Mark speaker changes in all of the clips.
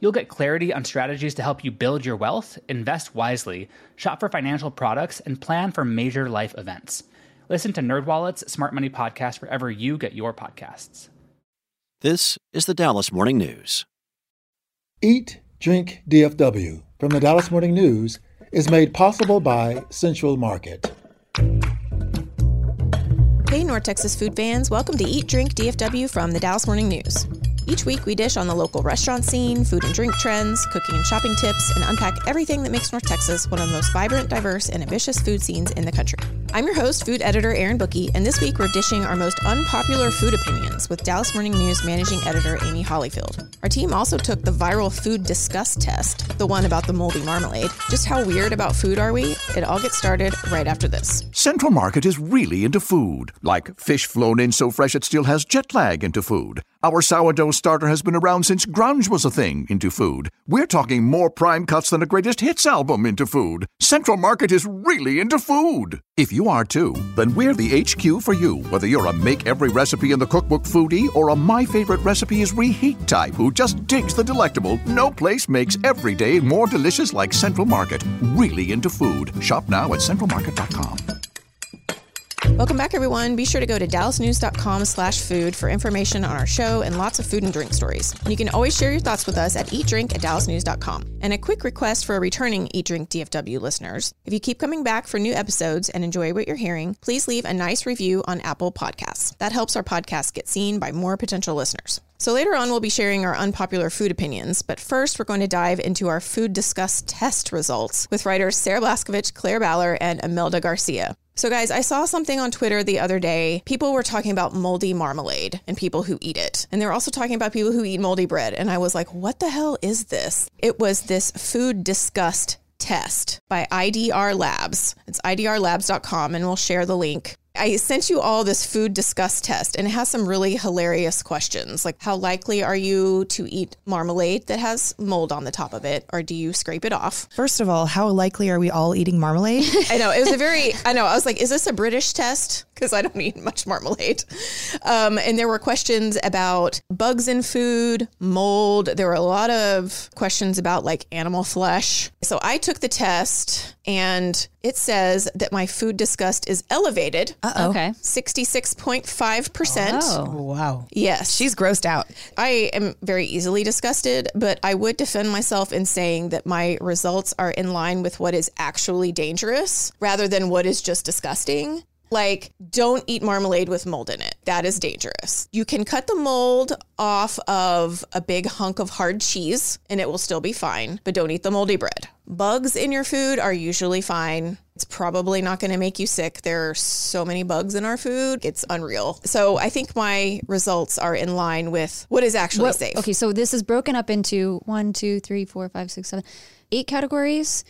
Speaker 1: You'll get clarity on strategies to help you build your wealth, invest wisely, shop for financial products, and plan for major life events. Listen to NerdWallet's Smart Money Podcast wherever you get your podcasts.
Speaker 2: This is the Dallas Morning News.
Speaker 3: Eat, Drink, DFW from the Dallas Morning News is made possible by Central Market.
Speaker 4: Hey, North Texas food fans, welcome to Eat Drink DFW from the Dallas Morning News. Each week, we dish on the local restaurant scene, food and drink trends, cooking and shopping tips, and unpack everything that makes North Texas one of the most vibrant, diverse, and ambitious food scenes in the country. I'm your host, food editor Aaron Bookie, and this week we're dishing our most unpopular food opinions with Dallas Morning News managing editor Amy Hollyfield. Our team also took the viral food disgust test, the one about the moldy marmalade. Just how weird about food are we? It all gets started right after this.
Speaker 5: Central Market is really into food, like fish flown in so fresh it still has jet lag into food. Our sourdough starter has been around since grunge was a thing into food. We're talking more prime cuts than a greatest hits album into food. Central Market is really into food. If you are too, then we're the HQ for you, whether you're a make every recipe in the cookbook foodie or a my favorite recipe is reheat type who just digs the delectable. No place makes every day more delicious like Central Market. Really into food. Shop now at centralmarket.com.
Speaker 4: Welcome back, everyone. Be sure to go to dallasnews.com slash food for information on our show and lots of food and drink stories. And you can always share your thoughts with us at eatdrink at dallasnews.com. And a quick request for returning Eat Drink DFW listeners. If you keep coming back for new episodes and enjoy what you're hearing, please leave a nice review on Apple Podcasts. That helps our podcast get seen by more potential listeners. So later on, we'll be sharing our unpopular food opinions, but first we're going to dive into our food disgust test results with writers Sarah Blaskovich, Claire Baller, and Imelda Garcia. So, guys, I saw something on Twitter the other day. People were talking about moldy marmalade and people who eat it. And they were also talking about people who eat moldy bread. And I was like, what the hell is this? It was this food disgust test by IDR Labs. It's idrlabs.com, and we'll share the link. I sent you all this food disgust test, and it has some really hilarious questions like how likely are you to eat marmalade that has mold on the top of it, or do you scrape it off?
Speaker 6: First of all, how likely are we all eating marmalade?
Speaker 4: I know it was a very. I know I was like, is this a British test? Because I don't eat much marmalade. Um, and there were questions about bugs in food, mold. There were a lot of questions about like animal flesh. So I took the test, and it says that my food disgust is elevated,
Speaker 7: Okay.
Speaker 4: sixty-six point five percent.
Speaker 7: Oh.
Speaker 6: wow.
Speaker 4: Yes,
Speaker 6: She's grossed out.
Speaker 4: I am very easily disgusted, but I would defend myself in saying that my results are in line with what is actually dangerous rather than what is just disgusting. Like, don't eat marmalade with mold in it. That is dangerous. You can cut the mold off of a big hunk of hard cheese and it will still be fine, but don't eat the moldy bread. Bugs in your food are usually fine. It's probably not going to make you sick. There are so many bugs in our food. It's unreal. So I think my results are in line with what is actually
Speaker 7: What-
Speaker 4: safe.
Speaker 7: Okay, so this is broken up into one, two, three, four, five, six, seven, eight categories.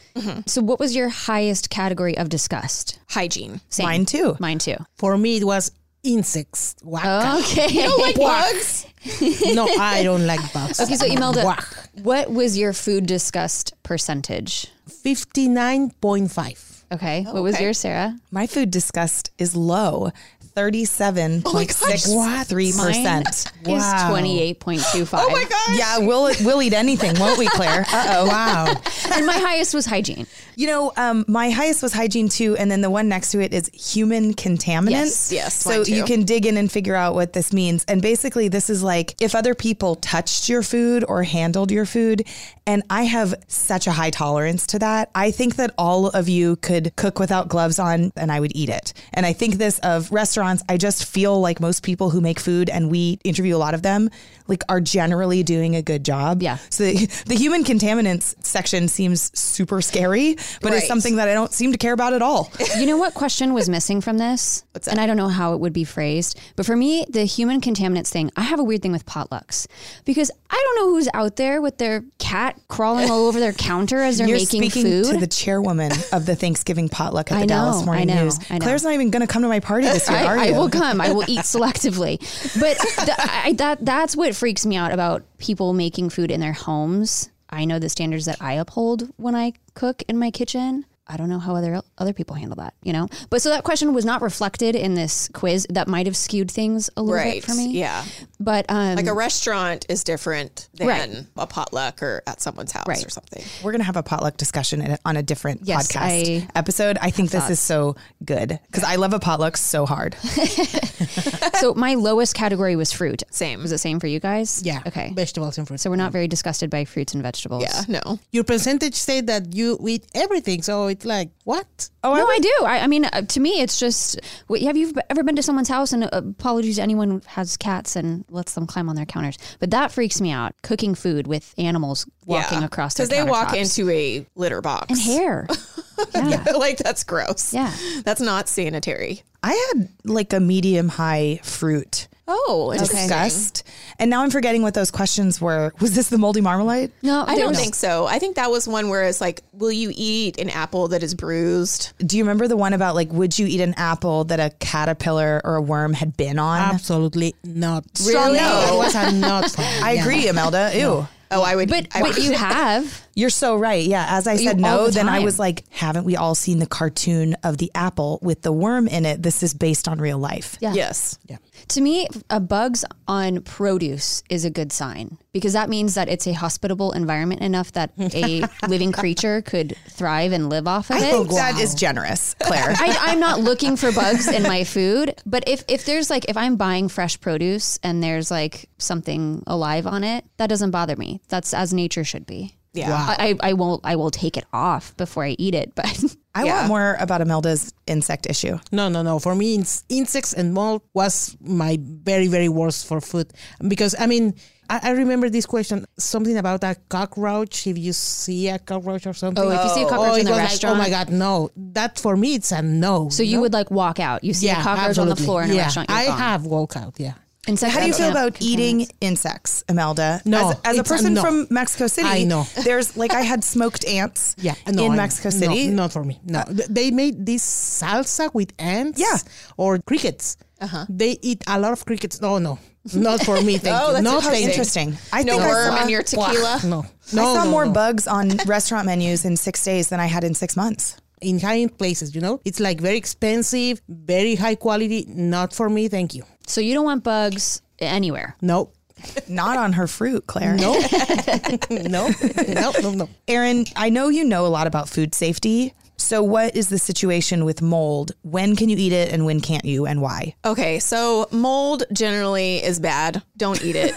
Speaker 7: So what was your highest category of disgust?
Speaker 4: Hygiene.
Speaker 7: Same.
Speaker 6: Mine too.
Speaker 7: Mine too.
Speaker 8: For me, it was insects. Whack.
Speaker 7: Okay.
Speaker 4: Bugs.
Speaker 8: No, I don't like bugs.
Speaker 7: okay, so Imelda,
Speaker 8: Whack.
Speaker 7: what was your food disgust percentage?
Speaker 8: 59.5.
Speaker 7: Okay. what was
Speaker 4: okay.
Speaker 7: yours, Sarah?
Speaker 6: My food disgust is low. 37.63%.
Speaker 7: Is twenty eight point two five. Oh my god.
Speaker 6: Yeah, we'll we'll eat anything, won't we, Claire? Uh-oh.
Speaker 8: Wow.
Speaker 7: And my highest was hygiene.
Speaker 6: You know, um, my highest was hygiene too, and then the one next to it is human contaminants.
Speaker 4: Yes, yes,
Speaker 6: So
Speaker 4: mine too.
Speaker 6: you can dig in and figure out what this means. And basically, this is like if other people touched your food or handled your food. And I have such a high tolerance to that. I think that all of you could cook without gloves on, and I would eat it. And I think this of restaurant restaurants, I just feel like most people who make food and we interview a lot of them, like are generally doing a good job.
Speaker 7: Yeah.
Speaker 6: So the, the human contaminants section seems super scary, but
Speaker 4: Right.
Speaker 6: it's something that I don't seem to care about at all.
Speaker 7: You know what question was missing from this? And I don't know how it would be phrased, but for me, the human contaminants thing, I have a weird thing with potlucks because I don't know who's out there with their cat crawling all over their counter as they're
Speaker 6: You're
Speaker 7: making
Speaker 6: speaking
Speaker 7: food.
Speaker 6: to the chairwoman of the Thanksgiving potluck at
Speaker 7: I
Speaker 6: the
Speaker 7: know,
Speaker 6: Dallas
Speaker 7: I
Speaker 6: Morning
Speaker 7: know,
Speaker 6: News.
Speaker 7: I know.
Speaker 6: Claire's not even going to come to my party this year, are
Speaker 7: I, I
Speaker 6: you?
Speaker 7: will come. I will eat selectively, but th- I, that that's what freaks me out about people making food in their homes. I know the standards that I uphold when I cook in my kitchen. I don't know how other other people handle that, you know. But so that question was not reflected in this quiz. That might have skewed things a little
Speaker 4: Right.
Speaker 7: bit for me.
Speaker 4: Yeah.
Speaker 7: But um,
Speaker 4: Like a restaurant is different than
Speaker 7: Right.
Speaker 4: a potluck or at someone's house
Speaker 7: Right.
Speaker 4: or something.
Speaker 6: We're going to have a potluck discussion in- on a different
Speaker 7: Yes,
Speaker 6: podcast
Speaker 7: I
Speaker 6: episode. I think this is so good because I love a potluck so hard.
Speaker 7: so my lowest category was fruit.
Speaker 4: Same.
Speaker 7: Was it same for you guys?
Speaker 8: Yeah.
Speaker 7: Okay.
Speaker 8: Vegetables and fruits.
Speaker 7: So we're not very disgusted by fruits and vegetables.
Speaker 4: Yeah. No.
Speaker 8: Your percentage say that you eat everything, so it's like what?
Speaker 7: Oh, no, I, do. I, I mean, uh, to me, it's just. Wait, have you ever been to someone's house? And uh, apologies to anyone who has cats and lets them climb on their counters, but that freaks me out. Cooking food with animals walking
Speaker 4: yeah.
Speaker 7: across
Speaker 4: because
Speaker 7: because
Speaker 4: they walk into a litter box
Speaker 7: and hair. yeah.
Speaker 4: like that's gross.
Speaker 7: Yeah.
Speaker 4: That's not sanitary.
Speaker 6: I had like a medium high fruit
Speaker 4: Oh,
Speaker 6: disgust. And now I'm forgetting what those questions were. Was this the moldy marmalade?
Speaker 7: No,
Speaker 4: I don't
Speaker 7: know.
Speaker 4: think so. I think that was one where it's like, will you eat an apple that is bruised?
Speaker 6: Do you remember the one about like, would you eat an apple that a caterpillar or a worm had been on?
Speaker 8: Absolutely not.
Speaker 4: Really?
Speaker 8: That was a not. for me.
Speaker 6: I
Speaker 8: Yeah.
Speaker 6: agree, Imelda. Ew.
Speaker 4: Oh, I would.
Speaker 7: But
Speaker 4: I
Speaker 7: but
Speaker 4: would-
Speaker 7: you have.
Speaker 6: You're so right. Yeah. As I said
Speaker 7: You- all
Speaker 6: no,
Speaker 7: the
Speaker 6: then I
Speaker 7: time.
Speaker 6: was like, haven't we all seen the cartoon of the apple with the worm in it? This is based on real life.
Speaker 7: Yeah.
Speaker 4: yes.
Speaker 7: To me, a bugs on produce is a good sign because that means that it's a hospitable environment enough that a living creature could thrive and live off of it.
Speaker 6: That is generous, Claire.
Speaker 7: I, I'm not looking for bugs in my food, but if if there's like if I'm buying fresh produce and there's like something alive on it, that doesn't bother me. That's as nature should be.
Speaker 4: Yeah.
Speaker 7: I, I I won't I will take it off before I eat it, but
Speaker 6: I want more about Imelda's insect issue.
Speaker 8: No, no, no. For me, ins- insects and mold was my very, very worst for food because I mean, I, I remember this question something about a cockroach. If you see a cockroach or something,
Speaker 7: Oh, if you see a cockroach
Speaker 8: it
Speaker 7: in the
Speaker 8: was
Speaker 7: restaurant.
Speaker 8: like, oh my god, no! That for me, it's a no.
Speaker 7: so you would like walk out. You see a cockroach on the floor in a
Speaker 8: yeah.
Speaker 7: restaurant. You're
Speaker 8: I
Speaker 7: gone.
Speaker 8: have walked out. Yeah,
Speaker 7: Insect
Speaker 6: How do you feel
Speaker 7: repellent
Speaker 6: about
Speaker 7: contaminants.
Speaker 6: eating insects, Imelda?
Speaker 8: No,
Speaker 6: as, as a
Speaker 8: it's a
Speaker 6: person
Speaker 8: no.
Speaker 6: from Mexico City,
Speaker 8: I know.
Speaker 6: There's like I had smoked ants,
Speaker 8: yeah. No,
Speaker 6: in
Speaker 8: I-
Speaker 6: Mexico
Speaker 8: no,
Speaker 6: City.
Speaker 8: not for me. No,
Speaker 7: Uh.
Speaker 8: Th- they made this salsa with ants.
Speaker 6: Yeah.
Speaker 8: or crickets.
Speaker 7: Uh-huh.
Speaker 8: They eat a lot of crickets. No, no, not for me. Thank
Speaker 4: Oh,
Speaker 8: you.
Speaker 4: that's
Speaker 8: No,
Speaker 4: interesting.
Speaker 8: thank you.
Speaker 6: Interesting. I
Speaker 4: No
Speaker 6: think I
Speaker 4: worm
Speaker 6: saw-
Speaker 4: in your tequila.
Speaker 8: No,
Speaker 6: I
Speaker 8: no,
Speaker 6: saw
Speaker 8: no,
Speaker 6: more
Speaker 8: no.
Speaker 6: bugs on restaurant menus in six days than I had in six months.
Speaker 8: in high end places, you know? It's like very expensive, very high quality. Not for me, thank you.
Speaker 7: So you don't want bugs anywhere.
Speaker 8: No,
Speaker 6: Not on her fruit, Claire.
Speaker 8: no, no, no, no, no.
Speaker 6: Aaron, I know you know a lot about food safety. So, what is the situation with mold? When can you eat it and when can't you and why?
Speaker 4: Okay. So mold generally is bad. Don't eat it.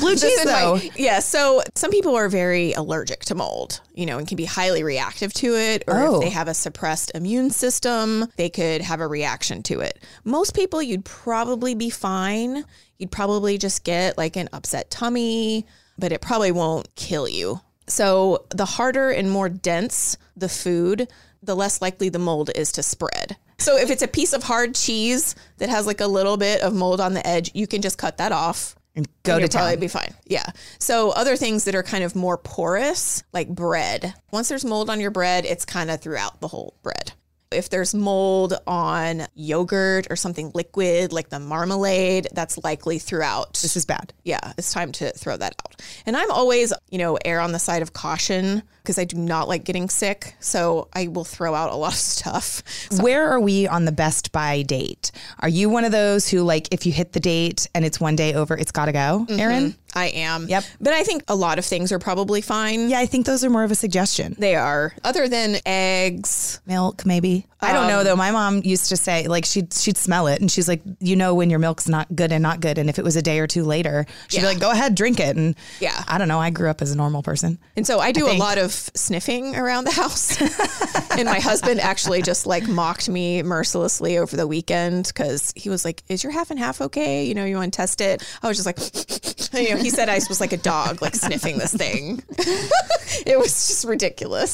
Speaker 6: Blue cheese,
Speaker 4: Just in
Speaker 6: though.
Speaker 4: my- yeah. So some people are very allergic to mold, you know, and can be highly reactive to it. Or
Speaker 6: Oh.
Speaker 4: if they have a suppressed immune system, they could have a reaction to it. Most people, you'd probably be fine. You'd probably just get like an upset tummy, but it probably won't kill you. So the harder and more dense the food, the less likely the mold is to spread. So if it's a piece of hard cheese that has like a little bit of mold on the edge, you can just cut that off
Speaker 6: and go
Speaker 4: and
Speaker 6: to
Speaker 4: you'll probably
Speaker 6: town.
Speaker 4: be fine. Yeah. So other things that are kind of more porous, like bread. Once there's mold on your bread, it's kind of throughout the whole bread. If there's mold on yogurt or something liquid like the marmalade, that's likely throughout
Speaker 6: this is bad.
Speaker 4: yeah, it's time to throw that out. And I'm always, you know, err on the side of caution because I do not like getting sick. So I will throw out a lot of stuff.
Speaker 6: Where are we on the best by date? Are you one of those who, like, if you hit the date and it's one day over, it's got to go,
Speaker 4: Mm-hmm.
Speaker 6: Aaron?
Speaker 4: Mm, I am.
Speaker 6: Yep.
Speaker 4: But I think a lot of things are probably fine.
Speaker 6: Yeah, I think those are more of a suggestion.
Speaker 4: They are, other than eggs,
Speaker 6: Milk, maybe. I don't
Speaker 4: Um,
Speaker 6: know though. My mom used to say, like she'd she'd smell it, and she's like, you know, when your milk's not good and not good, and if it was a day or two later, she'd be like, go ahead, drink it, and
Speaker 4: Yeah.
Speaker 6: I don't know. I grew up as a normal person.
Speaker 4: And so I do a lot of of sniffing around the house. and my husband actually just like mocked me mercilessly over the weekend because he was like, Is your half and half okay? You know, you want to test it? I was just like, You know, he said I was like a dog, like sniffing this thing. it was just ridiculous.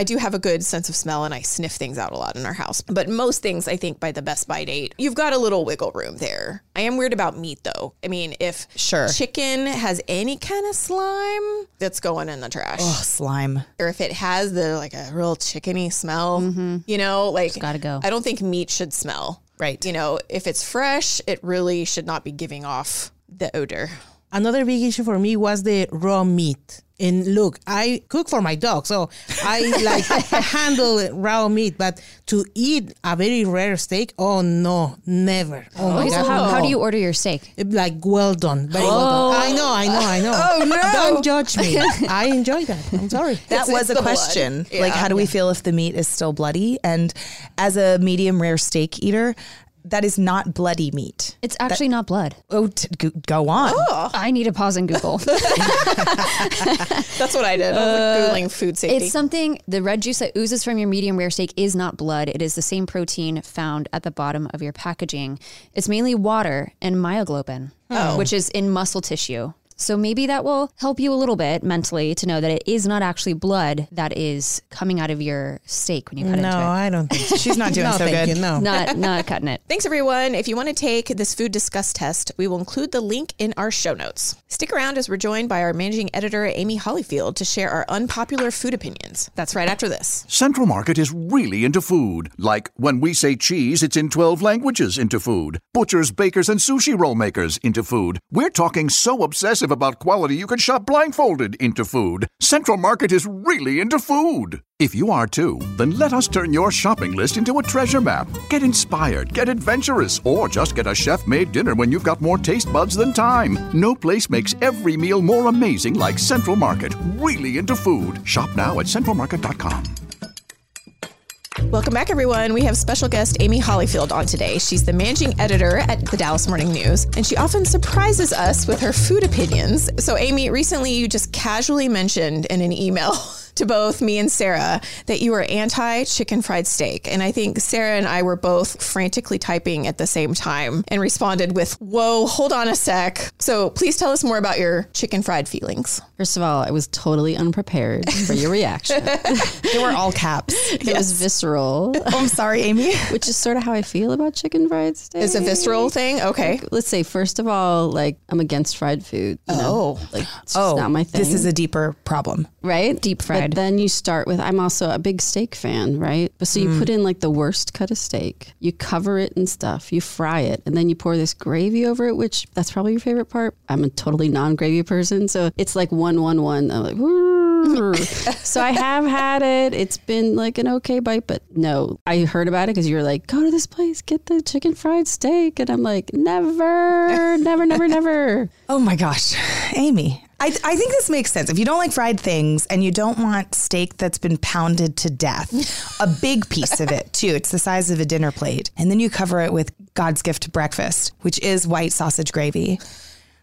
Speaker 4: I do have a good sense of smell and I sniff things out a lot in our house. But most things, I think, by the best by date, you've got a little wiggle room there. I am weird about meat though. I mean, if
Speaker 6: Sure.
Speaker 4: chicken has any kind of slime, that's going in the trash
Speaker 6: Oh, slime.
Speaker 4: or if it has the like a real chickeny smell, you know, like
Speaker 7: Mm-hmm. gotta go.
Speaker 4: I don't think meat should smell.
Speaker 6: Right.
Speaker 4: You know, if it's fresh, it really should not be giving off the odor.
Speaker 8: Another big issue for me was the raw meat. And look, I cook for my dog, so I like handle raw meat. But to eat a very rare steak, oh no, never. Oh my
Speaker 7: Okay, so
Speaker 8: god,
Speaker 7: how, how
Speaker 8: no.
Speaker 7: do you order your steak?
Speaker 8: like well done, very well done. I know, I know, I know. Oh no! Don't judge me. I enjoy that. I'm sorry.
Speaker 6: That
Speaker 4: It's-
Speaker 6: was
Speaker 4: it's
Speaker 6: a
Speaker 4: the blood.
Speaker 6: question.
Speaker 4: Yeah.
Speaker 6: Like, how do we feel if the meat is still bloody? And as a medium rare steak eater, that is not bloody meat.
Speaker 7: It's actually not blood.
Speaker 6: Oh, t- go- go on.
Speaker 7: I need to pause and Google.
Speaker 4: That's what I did. I was like Googling food safety.
Speaker 7: Uh, it's something, the red juice that oozes from your medium rare steak is not blood. It is the same protein found at the bottom of your packaging. It's mainly water and myoglobin,
Speaker 8: Oh.
Speaker 7: which is in muscle tissue. So maybe that will help you a little bit mentally to know that it is not actually blood that is coming out of your steak when you cut
Speaker 8: No,
Speaker 7: into it.
Speaker 8: I don't think so.
Speaker 6: She's not doing
Speaker 8: no,
Speaker 6: so
Speaker 8: thank
Speaker 6: good.
Speaker 8: You, no.
Speaker 7: Not not cutting it.
Speaker 4: Thanks, everyone. If you want to take this food disgust test, we will include the link in our show notes. Stick around as we're joined by our managing editor, Amy Hollyfield, to share our unpopular food opinions. That's right after this.
Speaker 5: Central Market is really into food. Like when we say cheese, it's in 12 languages into food. Butchers, bakers, and sushi roll makers into food. We're talking so obsessive about quality you can shop blindfolded into food. Central Market is really into food. If you are too, then let us turn your shopping list into a treasure map. Get inspired, get adventurous, or just get a chef made dinner when you've got more taste buds than time. No place makes every meal more amazing like Central Market. Really into food. Shop now at centralmarket.com.
Speaker 4: Welcome back, everyone. We have special guest Amy Hollyfield on today. She's the managing editor at the Dallas Morning News, and she often surprises us with her food opinions. So, Amy, recently you just casually mentioned in an email to both me and Sarah that you were anti chicken fried steak. And I think Sarah and I were both frantically typing at the same time and responded with, Whoa, hold on a sec. So, please tell us more about your chicken fried feelings.
Speaker 9: First of all, I was totally unprepared for your reaction.
Speaker 6: They were all caps.
Speaker 9: It was visceral,
Speaker 6: Oh, I'm sorry, Amy.
Speaker 9: which is sort of how I feel about chicken fried steak.
Speaker 4: It's a visceral thing. Okay.
Speaker 9: Let's say, first of all, like I'm against fried food. you know?
Speaker 4: Oh.
Speaker 9: like it's just
Speaker 6: Oh,
Speaker 9: not my thing.
Speaker 6: this is a deeper problem.
Speaker 9: right
Speaker 7: Deep fried.
Speaker 9: But then you start with I'm also a big steak fan, right? But so you
Speaker 7: Mm.
Speaker 9: put in like the worst cut of steak, you cover it and stuff, you fry it, and then you pour this gravy over it, which that's probably your favorite part. I'm a totally non gravy person, so it's like one one one. I'm like. "Woo." so I have had it. It's been like an okay bite, but no, I heard about it because you were like, "Go to this place, get the chicken fried steak," and I'm like, "Never, never, never, never."
Speaker 6: Oh my gosh, Amy. I, I think this makes sense. If you don't like fried things and you don't want steak that's been pounded to death, a big piece of it too, it's the size of a dinner plate, and then you cover it with God's gift to breakfast, which is white sausage gravy.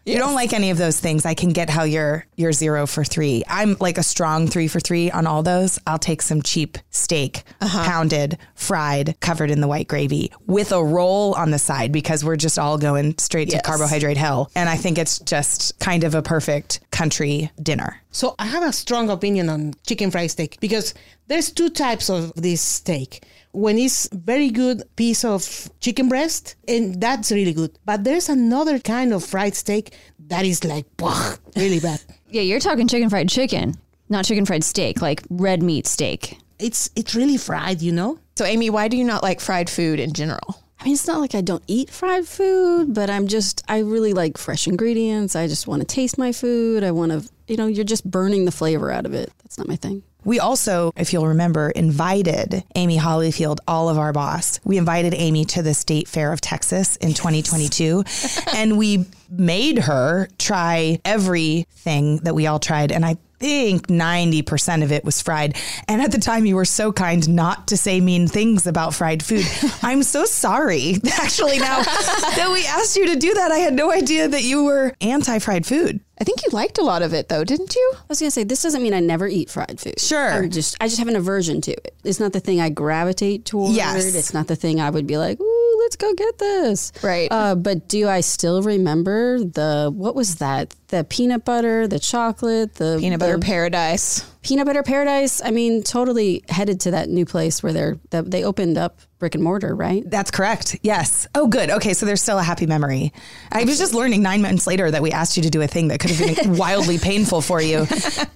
Speaker 6: You don't like any of those things. I can get how you're you're zero for three. I'm like a strong three for three on all those. I'll take some cheap steak, pounded, fried, covered in the white gravy with a roll on the side because we're just all going straight to carbohydrate hell. And I think it's just kind of a perfect country dinner.
Speaker 8: So I have a strong opinion on chicken fried steak because there's two types of this steak. When it's very good piece of chicken breast, and that's really good. But there's another kind of fried steak that is like "Pugh," really bad.
Speaker 7: Yeah, you're talking chicken fried chicken, not chicken fried steak, like red meat steak.
Speaker 8: It's it's really fried, you know.
Speaker 4: So, Amy, why do you not like fried food in general?
Speaker 9: I mean, it's not like I don't eat fried food, but I'm just, I really like fresh ingredients. I just want to taste my food. I want to, you know, you're just burning the flavor out of it. That's not my thing.
Speaker 6: We also, if you'll remember, invited Amy Hollyfield, all of our boss. We invited Amy to the State Fair of Texas in 2022, and we made her try everything that we all tried. And I think 90% of it was fried. And at the time, you were so kind not to say mean things about fried food. I'm so sorry, actually, now that we asked you to do that. I had no idea that you were anti fried food.
Speaker 4: I think you liked a lot of it though, didn't you?
Speaker 9: I was gonna say this doesn't mean I never eat fried food.
Speaker 6: Sure.
Speaker 9: I'm just I just have an aversion to it. It's not the thing I gravitate toward.
Speaker 6: Yes.
Speaker 9: It's not the thing I would be like, ooh, let's go get this.
Speaker 4: Right.
Speaker 9: Uh, but do I still remember the what was that? The peanut butter, the chocolate, the
Speaker 4: Peanut butter
Speaker 9: the
Speaker 4: paradise.
Speaker 9: peanut butter paradise. I mean, totally headed to that new place where they're that they opened up brick and mortar, right?
Speaker 6: That's correct. Yes. Oh, good. Okay. So there's still a happy memory. I was just learning nine months later that we asked you to do a thing that could have been wildly painful for you,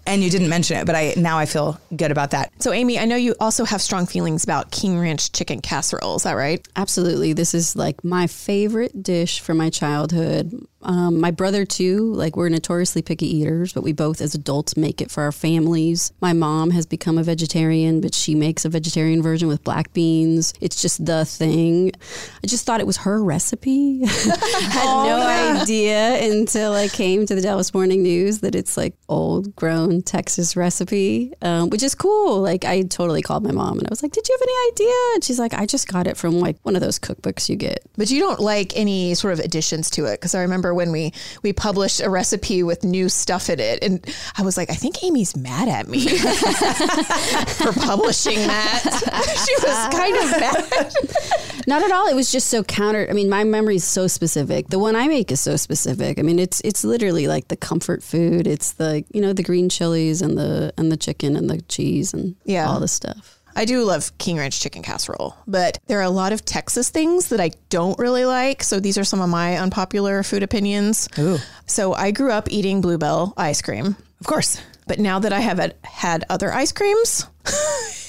Speaker 6: and you didn't mention it. But I now I feel good about that.
Speaker 4: So Amy, I know you also have strong feelings about King Ranch chicken casserole. Is that right?
Speaker 9: Absolutely. This is like my favorite dish from my childhood. Um, my brother, too, like we're notoriously picky eaters, but we both as adults make it for our families. My mom has become a vegetarian, but she makes a vegetarian version with black beans. It's just the thing. I just thought it was her recipe. Had no idea until I came to the Dallas Morning News that it's like old grown Texas recipe, um, which is cool. Like I totally called my mom and I was like, "Did you have any idea?" And she's like, "I just got it from like one of those cookbooks you get."
Speaker 4: But you don't like any sort of additions to it because I remember when we we published a recipe with new stuff in it, and I was like, I think Amy's mad at me for publishing that. she was kind of mad.
Speaker 9: Not at all. It was just so counter. I mean, my memory is so specific. The one I make is so specific. I mean, it's it's literally like the comfort food. It's the you know the green chilies and the and the chicken and the cheese and
Speaker 4: Yeah.
Speaker 9: all the stuff.
Speaker 4: I do love King Ranch chicken casserole, but there are a lot of Texas things that I don't really like. So these are some of my unpopular food opinions. So I grew up eating Bluebell ice cream,
Speaker 6: Of course.
Speaker 4: but now that I have had- had other ice creams,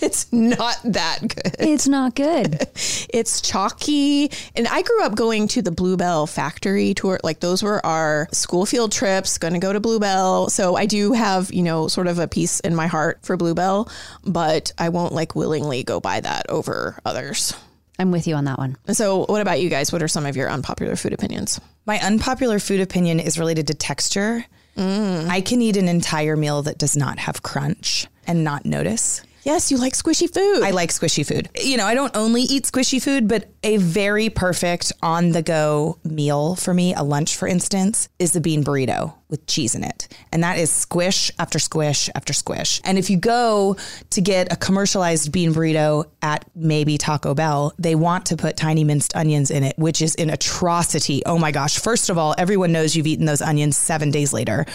Speaker 4: it's not that good.
Speaker 7: It's not good.
Speaker 4: It's chalky. And I grew up going to the Bluebell factory tour. Like those were our school field trips, going to go to Bluebell. So I do have, you know, sort of a piece in my heart for Bluebell, but I won't like willingly go buy that over others.
Speaker 7: I'm with you on that one.
Speaker 4: So, what about you guys? What are some of your unpopular food opinions?
Speaker 6: My unpopular food opinion is related to texture. I can eat an entire meal that does not have crunch and not notice.
Speaker 4: Yes, you like squishy food.
Speaker 6: I like squishy food. You know, I don't only eat squishy food, but a very perfect on the go meal for me, a lunch for instance, is the bean burrito with cheese in it. And that is squish after squish after squish. And if you go to get a commercialized bean burrito at maybe Taco Bell, they want to put tiny minced onions in it, which is an atrocity. Oh my gosh. First of all, everyone knows you've eaten those onions seven days later.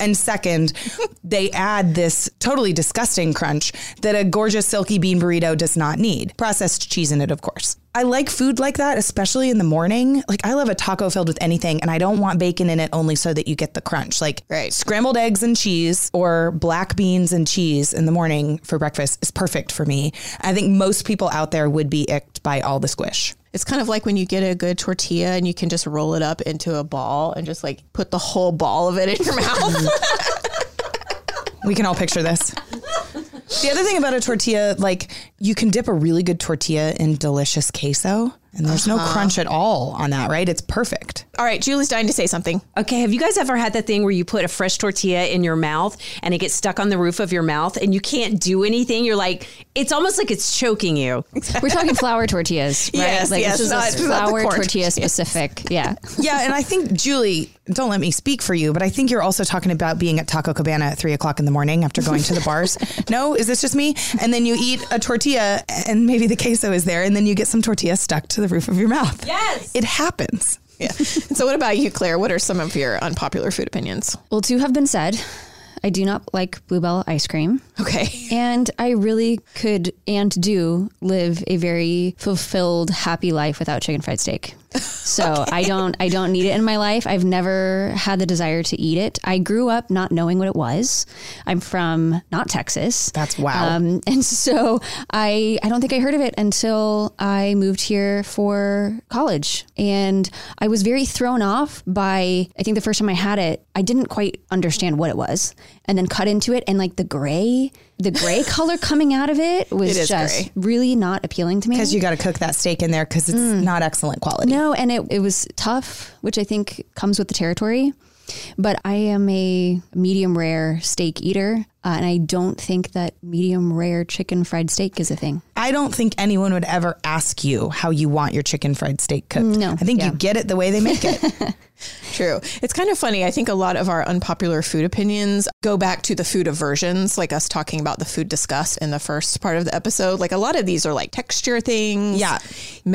Speaker 6: And second, they add this totally disgusting crunch that a gorgeous silky bean burrito does not need. Processed cheese in it, of course. I like food like that, especially in the morning. Like, I love a taco filled with anything, and I don't want bacon in it only so that you get the crunch. Like,
Speaker 4: Right.
Speaker 6: scrambled eggs and cheese or black beans and cheese in the morning for breakfast is perfect for me. I think most people out there would be icked by all the squish.
Speaker 4: it's kind of like when you get a good tortilla and you can just roll it up into a ball and just like put the whole ball of it in your mouth.
Speaker 6: We can all picture this. the other thing about a tortilla, like you can dip a really good tortilla in delicious queso, and there's no crunch at all on that, right? It's perfect.
Speaker 4: All right, Julie's dying to say something.
Speaker 10: Okay, have you guys ever had that thing where you put a fresh tortilla in your mouth and it gets stuck on the roof of your mouth and you can't do anything? You're like, it's almost like it's choking you.
Speaker 7: We're talking flour tortillas, right?
Speaker 4: Yes,
Speaker 7: like
Speaker 4: yes,
Speaker 7: this is
Speaker 4: not-
Speaker 7: a
Speaker 4: not the
Speaker 7: flour
Speaker 4: corn
Speaker 7: tortilla
Speaker 4: tortillas.
Speaker 7: specific. Yeah.
Speaker 6: yeah, and I think Julie, don't let me speak for you, but I think you're also talking about being at Taco Cabana at three o'clock in the morning after going to the bars. no, is this just me? And then you eat a tortilla, and maybe the queso is there, and then you get some tortilla stuck to the roof of your mouth. Yes, it happens.
Speaker 4: Yeah. so, what about you, Claire? What are some of your unpopular food opinions?
Speaker 7: Well, two have been said. I do not like bluebell ice cream.
Speaker 4: Okay.
Speaker 7: And I really could and do live a very fulfilled, happy life without chicken fried steak. So I don't I don't need it in my life. I've never had the desire to eat it. I grew up not knowing what it was. I'm from not Texas.
Speaker 6: That's wow.
Speaker 7: Um, and so I I don't think I heard of it until I moved here for college, and I was very thrown off by. I think the first time I had it, I didn't quite understand what it was, and then cut into it and like the gray, the gray color coming out of it was
Speaker 6: It is
Speaker 7: just
Speaker 6: gray.
Speaker 7: really not appealing to me.
Speaker 6: because you got to cook that steak in there because it's not excellent quality.
Speaker 7: No, and it, it was tough, which I think comes with the territory. But I am a medium rare steak eater, uh, and I don't think that medium rare chicken fried steak is a thing.
Speaker 6: I don't think anyone would ever ask you how you want your chicken fried steak cooked.
Speaker 7: No,
Speaker 6: I think
Speaker 7: yeah.
Speaker 6: you get it the way they make it.
Speaker 4: True. It's kind of funny. I think a lot of our unpopular food opinions go back to the food aversions, like us talking about the food disgust in the first part of the episode. Like a lot of these are like texture things,
Speaker 6: Yeah.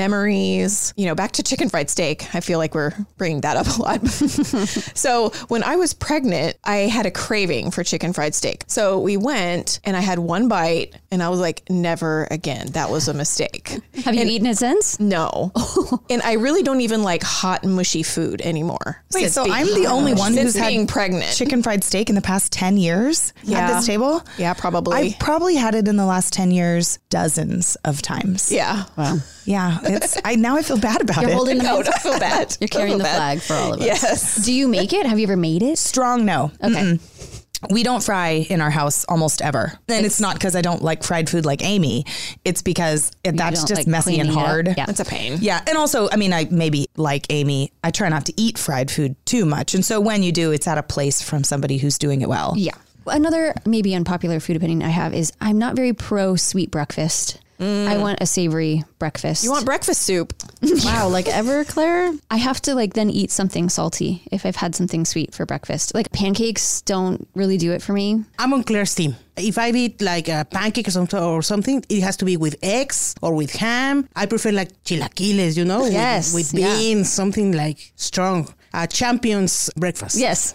Speaker 4: memories. You know, back to chicken fried steak. I feel like we're bringing that up a lot. so when I was pregnant, I had a craving for chicken fried steak. So we went, and I had one bite, and I was like, never again. That was a mistake.
Speaker 7: Have you eaten it since?
Speaker 4: No. and I really don't even like hot, mushy food anymore.
Speaker 6: Wait,
Speaker 4: Since
Speaker 6: so
Speaker 4: being-
Speaker 6: I'm the only one
Speaker 4: since
Speaker 6: who's had
Speaker 4: being pregnant.
Speaker 6: chicken fried steak in the past 10 years at
Speaker 4: Yeah.
Speaker 6: this table?
Speaker 4: Yeah, probably.
Speaker 6: I've probably had it in the last 10 years dozens of times.
Speaker 4: yeah.
Speaker 6: Yeah, it's I now I feel bad about
Speaker 7: You're
Speaker 6: it.
Speaker 7: holding the
Speaker 4: No, don't feel bad.
Speaker 7: You're carrying the
Speaker 4: Don't feel
Speaker 7: flag for all of us.
Speaker 4: Yes.
Speaker 7: Do you make it? Have you ever made it?
Speaker 6: Strong no.
Speaker 7: Okay.
Speaker 6: We don't fry in our house almost ever. And it's, not because I don't like fried food like Amy. It's because it, that's
Speaker 7: don't
Speaker 6: just
Speaker 7: like
Speaker 6: messy and
Speaker 7: cleaning it up.
Speaker 6: hard.
Speaker 7: Yeah.
Speaker 4: That's a pain.
Speaker 6: Yeah, and also, I mean, I maybe like Amy, I try not to eat fried food too much, and so when you do, it's at a place from somebody who's doing it well.
Speaker 7: Yeah. Another maybe unpopular food opinion I have is I'm not very pro sweet breakfast. I
Speaker 9: Mm.
Speaker 7: want a savory breakfast.
Speaker 4: You want breakfast soup?
Speaker 9: Wow, like ever, Claire?
Speaker 7: I have to like then eat something salty if I've had something sweet for breakfast. Like pancakes don't really do it for me.
Speaker 8: I'm on Claire's team. If I eat like a pancake or something, or something, it has to be with eggs or with ham. I prefer like chilaquiles, you know, with-
Speaker 7: Yes,
Speaker 8: with,
Speaker 7: yeah.
Speaker 8: beans, something like strong. A champion's breakfast.
Speaker 7: Yes,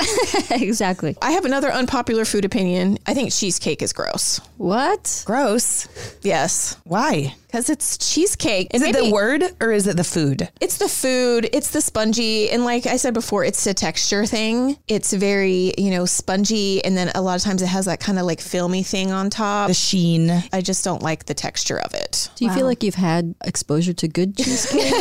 Speaker 7: exactly.
Speaker 4: I have another unpopular food opinion. I think cheesecake is gross.
Speaker 9: What?
Speaker 6: Gross.
Speaker 4: Yes.
Speaker 6: Why?
Speaker 4: Because it's cheesecake.
Speaker 6: Is
Speaker 4: And
Speaker 6: it the
Speaker 4: maybe-
Speaker 6: word or is it the food?
Speaker 4: It's the food, it's the spongy. And like I said before, it's the texture thing. It's very, you know, spongy. And then a lot of times it has that kind of like filmy thing on top.
Speaker 6: The sheen.
Speaker 4: I just don't like the texture of it.
Speaker 9: Do you feel like you've had exposure to good cheesecake?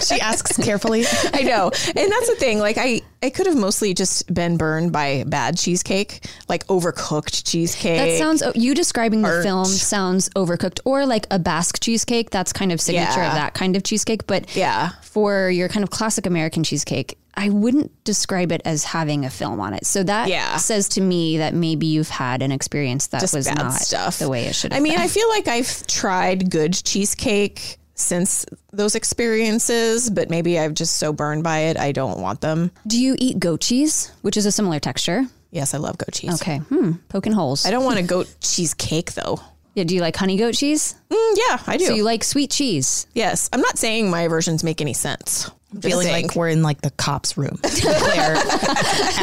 Speaker 6: She asks carefully.
Speaker 4: I know. And that's the thing. Like I, I could have mostly just been burned by bad cheesecake, like overcooked cheesecake.
Speaker 7: That sounds oh, you describing the
Speaker 4: Art.
Speaker 7: film sounds overcooked or like a Basque cheesecake. That's kind of signature
Speaker 4: Yeah.
Speaker 7: of that kind of cheesecake. But
Speaker 4: Yeah.
Speaker 7: for your kind of classic American cheesecake, I wouldn't describe it as having a film on it. So that
Speaker 4: Yeah.
Speaker 7: says to me that maybe you've had an experience that
Speaker 4: just
Speaker 7: was
Speaker 4: bad
Speaker 7: not
Speaker 4: stuff.
Speaker 7: the way it should.
Speaker 4: I
Speaker 7: Have
Speaker 4: mean,
Speaker 7: been.
Speaker 4: I feel like I've tried good cheesecake since those experiences, but maybe I'm just so burned by it I don't want them.
Speaker 7: do you eat goat cheese, which is a similar texture?
Speaker 4: Yes, I love goat cheese.
Speaker 7: Okay, hmm, poking holes.
Speaker 4: I don't want a goat cheesecake though.
Speaker 7: yeah, do you like honey goat cheese?
Speaker 4: Mm, yeah, I do.
Speaker 7: So you like sweet cheese?
Speaker 4: yes, I'm not saying my versions make any sense. I'm just
Speaker 6: Feeling
Speaker 4: saying.
Speaker 6: like we're in like the cops room. Claire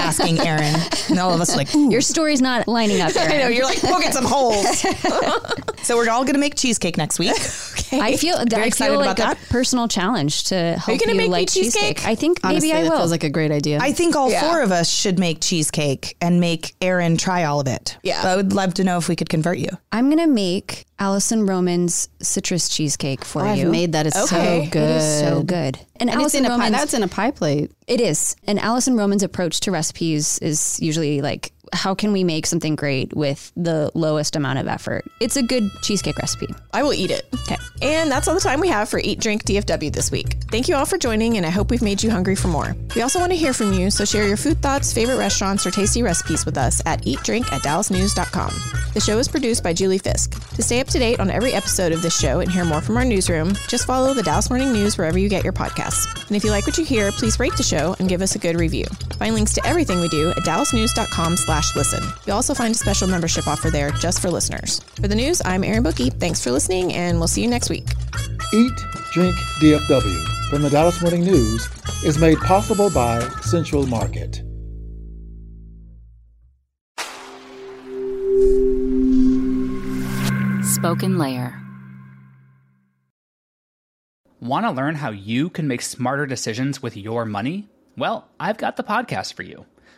Speaker 6: asking Aaron. And all of us are like, ooh.
Speaker 7: Your story's not lining up.
Speaker 4: I know
Speaker 7: Erin.
Speaker 4: you're like poking some holes.
Speaker 6: so we're all gonna make cheesecake next week.
Speaker 7: I feel I
Speaker 6: excited
Speaker 7: feel like
Speaker 6: about
Speaker 7: a personal challenge to help
Speaker 4: gonna make me
Speaker 7: like
Speaker 4: cheesecake?
Speaker 7: I think
Speaker 9: Honestly,
Speaker 7: maybe I
Speaker 9: that
Speaker 7: will.
Speaker 9: feels like a great idea.
Speaker 6: I think all
Speaker 4: Yeah.
Speaker 6: four of us should make cheesecake and make Aaron try all of it.
Speaker 4: Yeah.
Speaker 6: But I would love to know if we could convert you.
Speaker 7: I'm gonna make Allison Roman's citrus cheesecake for
Speaker 9: Oh, I've
Speaker 7: you.
Speaker 9: made that. It's
Speaker 4: Okay.
Speaker 9: so good.
Speaker 7: It is so good.
Speaker 9: And
Speaker 7: And,
Speaker 9: it's
Speaker 7: Allison
Speaker 9: in a pie.
Speaker 7: Roman's
Speaker 9: That's in a pie plate.
Speaker 7: it is. And Allison Roman's approach to recipes is usually like, how can we make something great with the lowest amount of effort? It's a good cheesecake recipe.
Speaker 4: I will eat it.
Speaker 7: Okay.
Speaker 4: And that's all the time we have for Eat Drink DFW this week. Thank you all for joining, and I hope we've made you hungry for more. We also want to hear from you, so share your food thoughts, favorite restaurants, or tasty recipes with us at eatdrink at dallasnews.com. The show is produced by Julie Fisk. To stay up to date on every episode of this show and hear more from our newsroom, just follow the Dallas Morning News wherever you get your podcasts. And if you like what you hear, please rate the show and give us a good review. Find links to everything we do at dallasnews.com slash listen. You'll also find a special membership offer there just for listeners. For the news, I'm Erin Bookie. Thanks for listening, and we'll see you next week.
Speaker 3: Eat, Drink DFW from the Dallas Morning News is made possible by Central Market.
Speaker 11: Spoken Layer.
Speaker 1: Want to learn how you can make smarter decisions with your money? Well, I've got the podcast for you.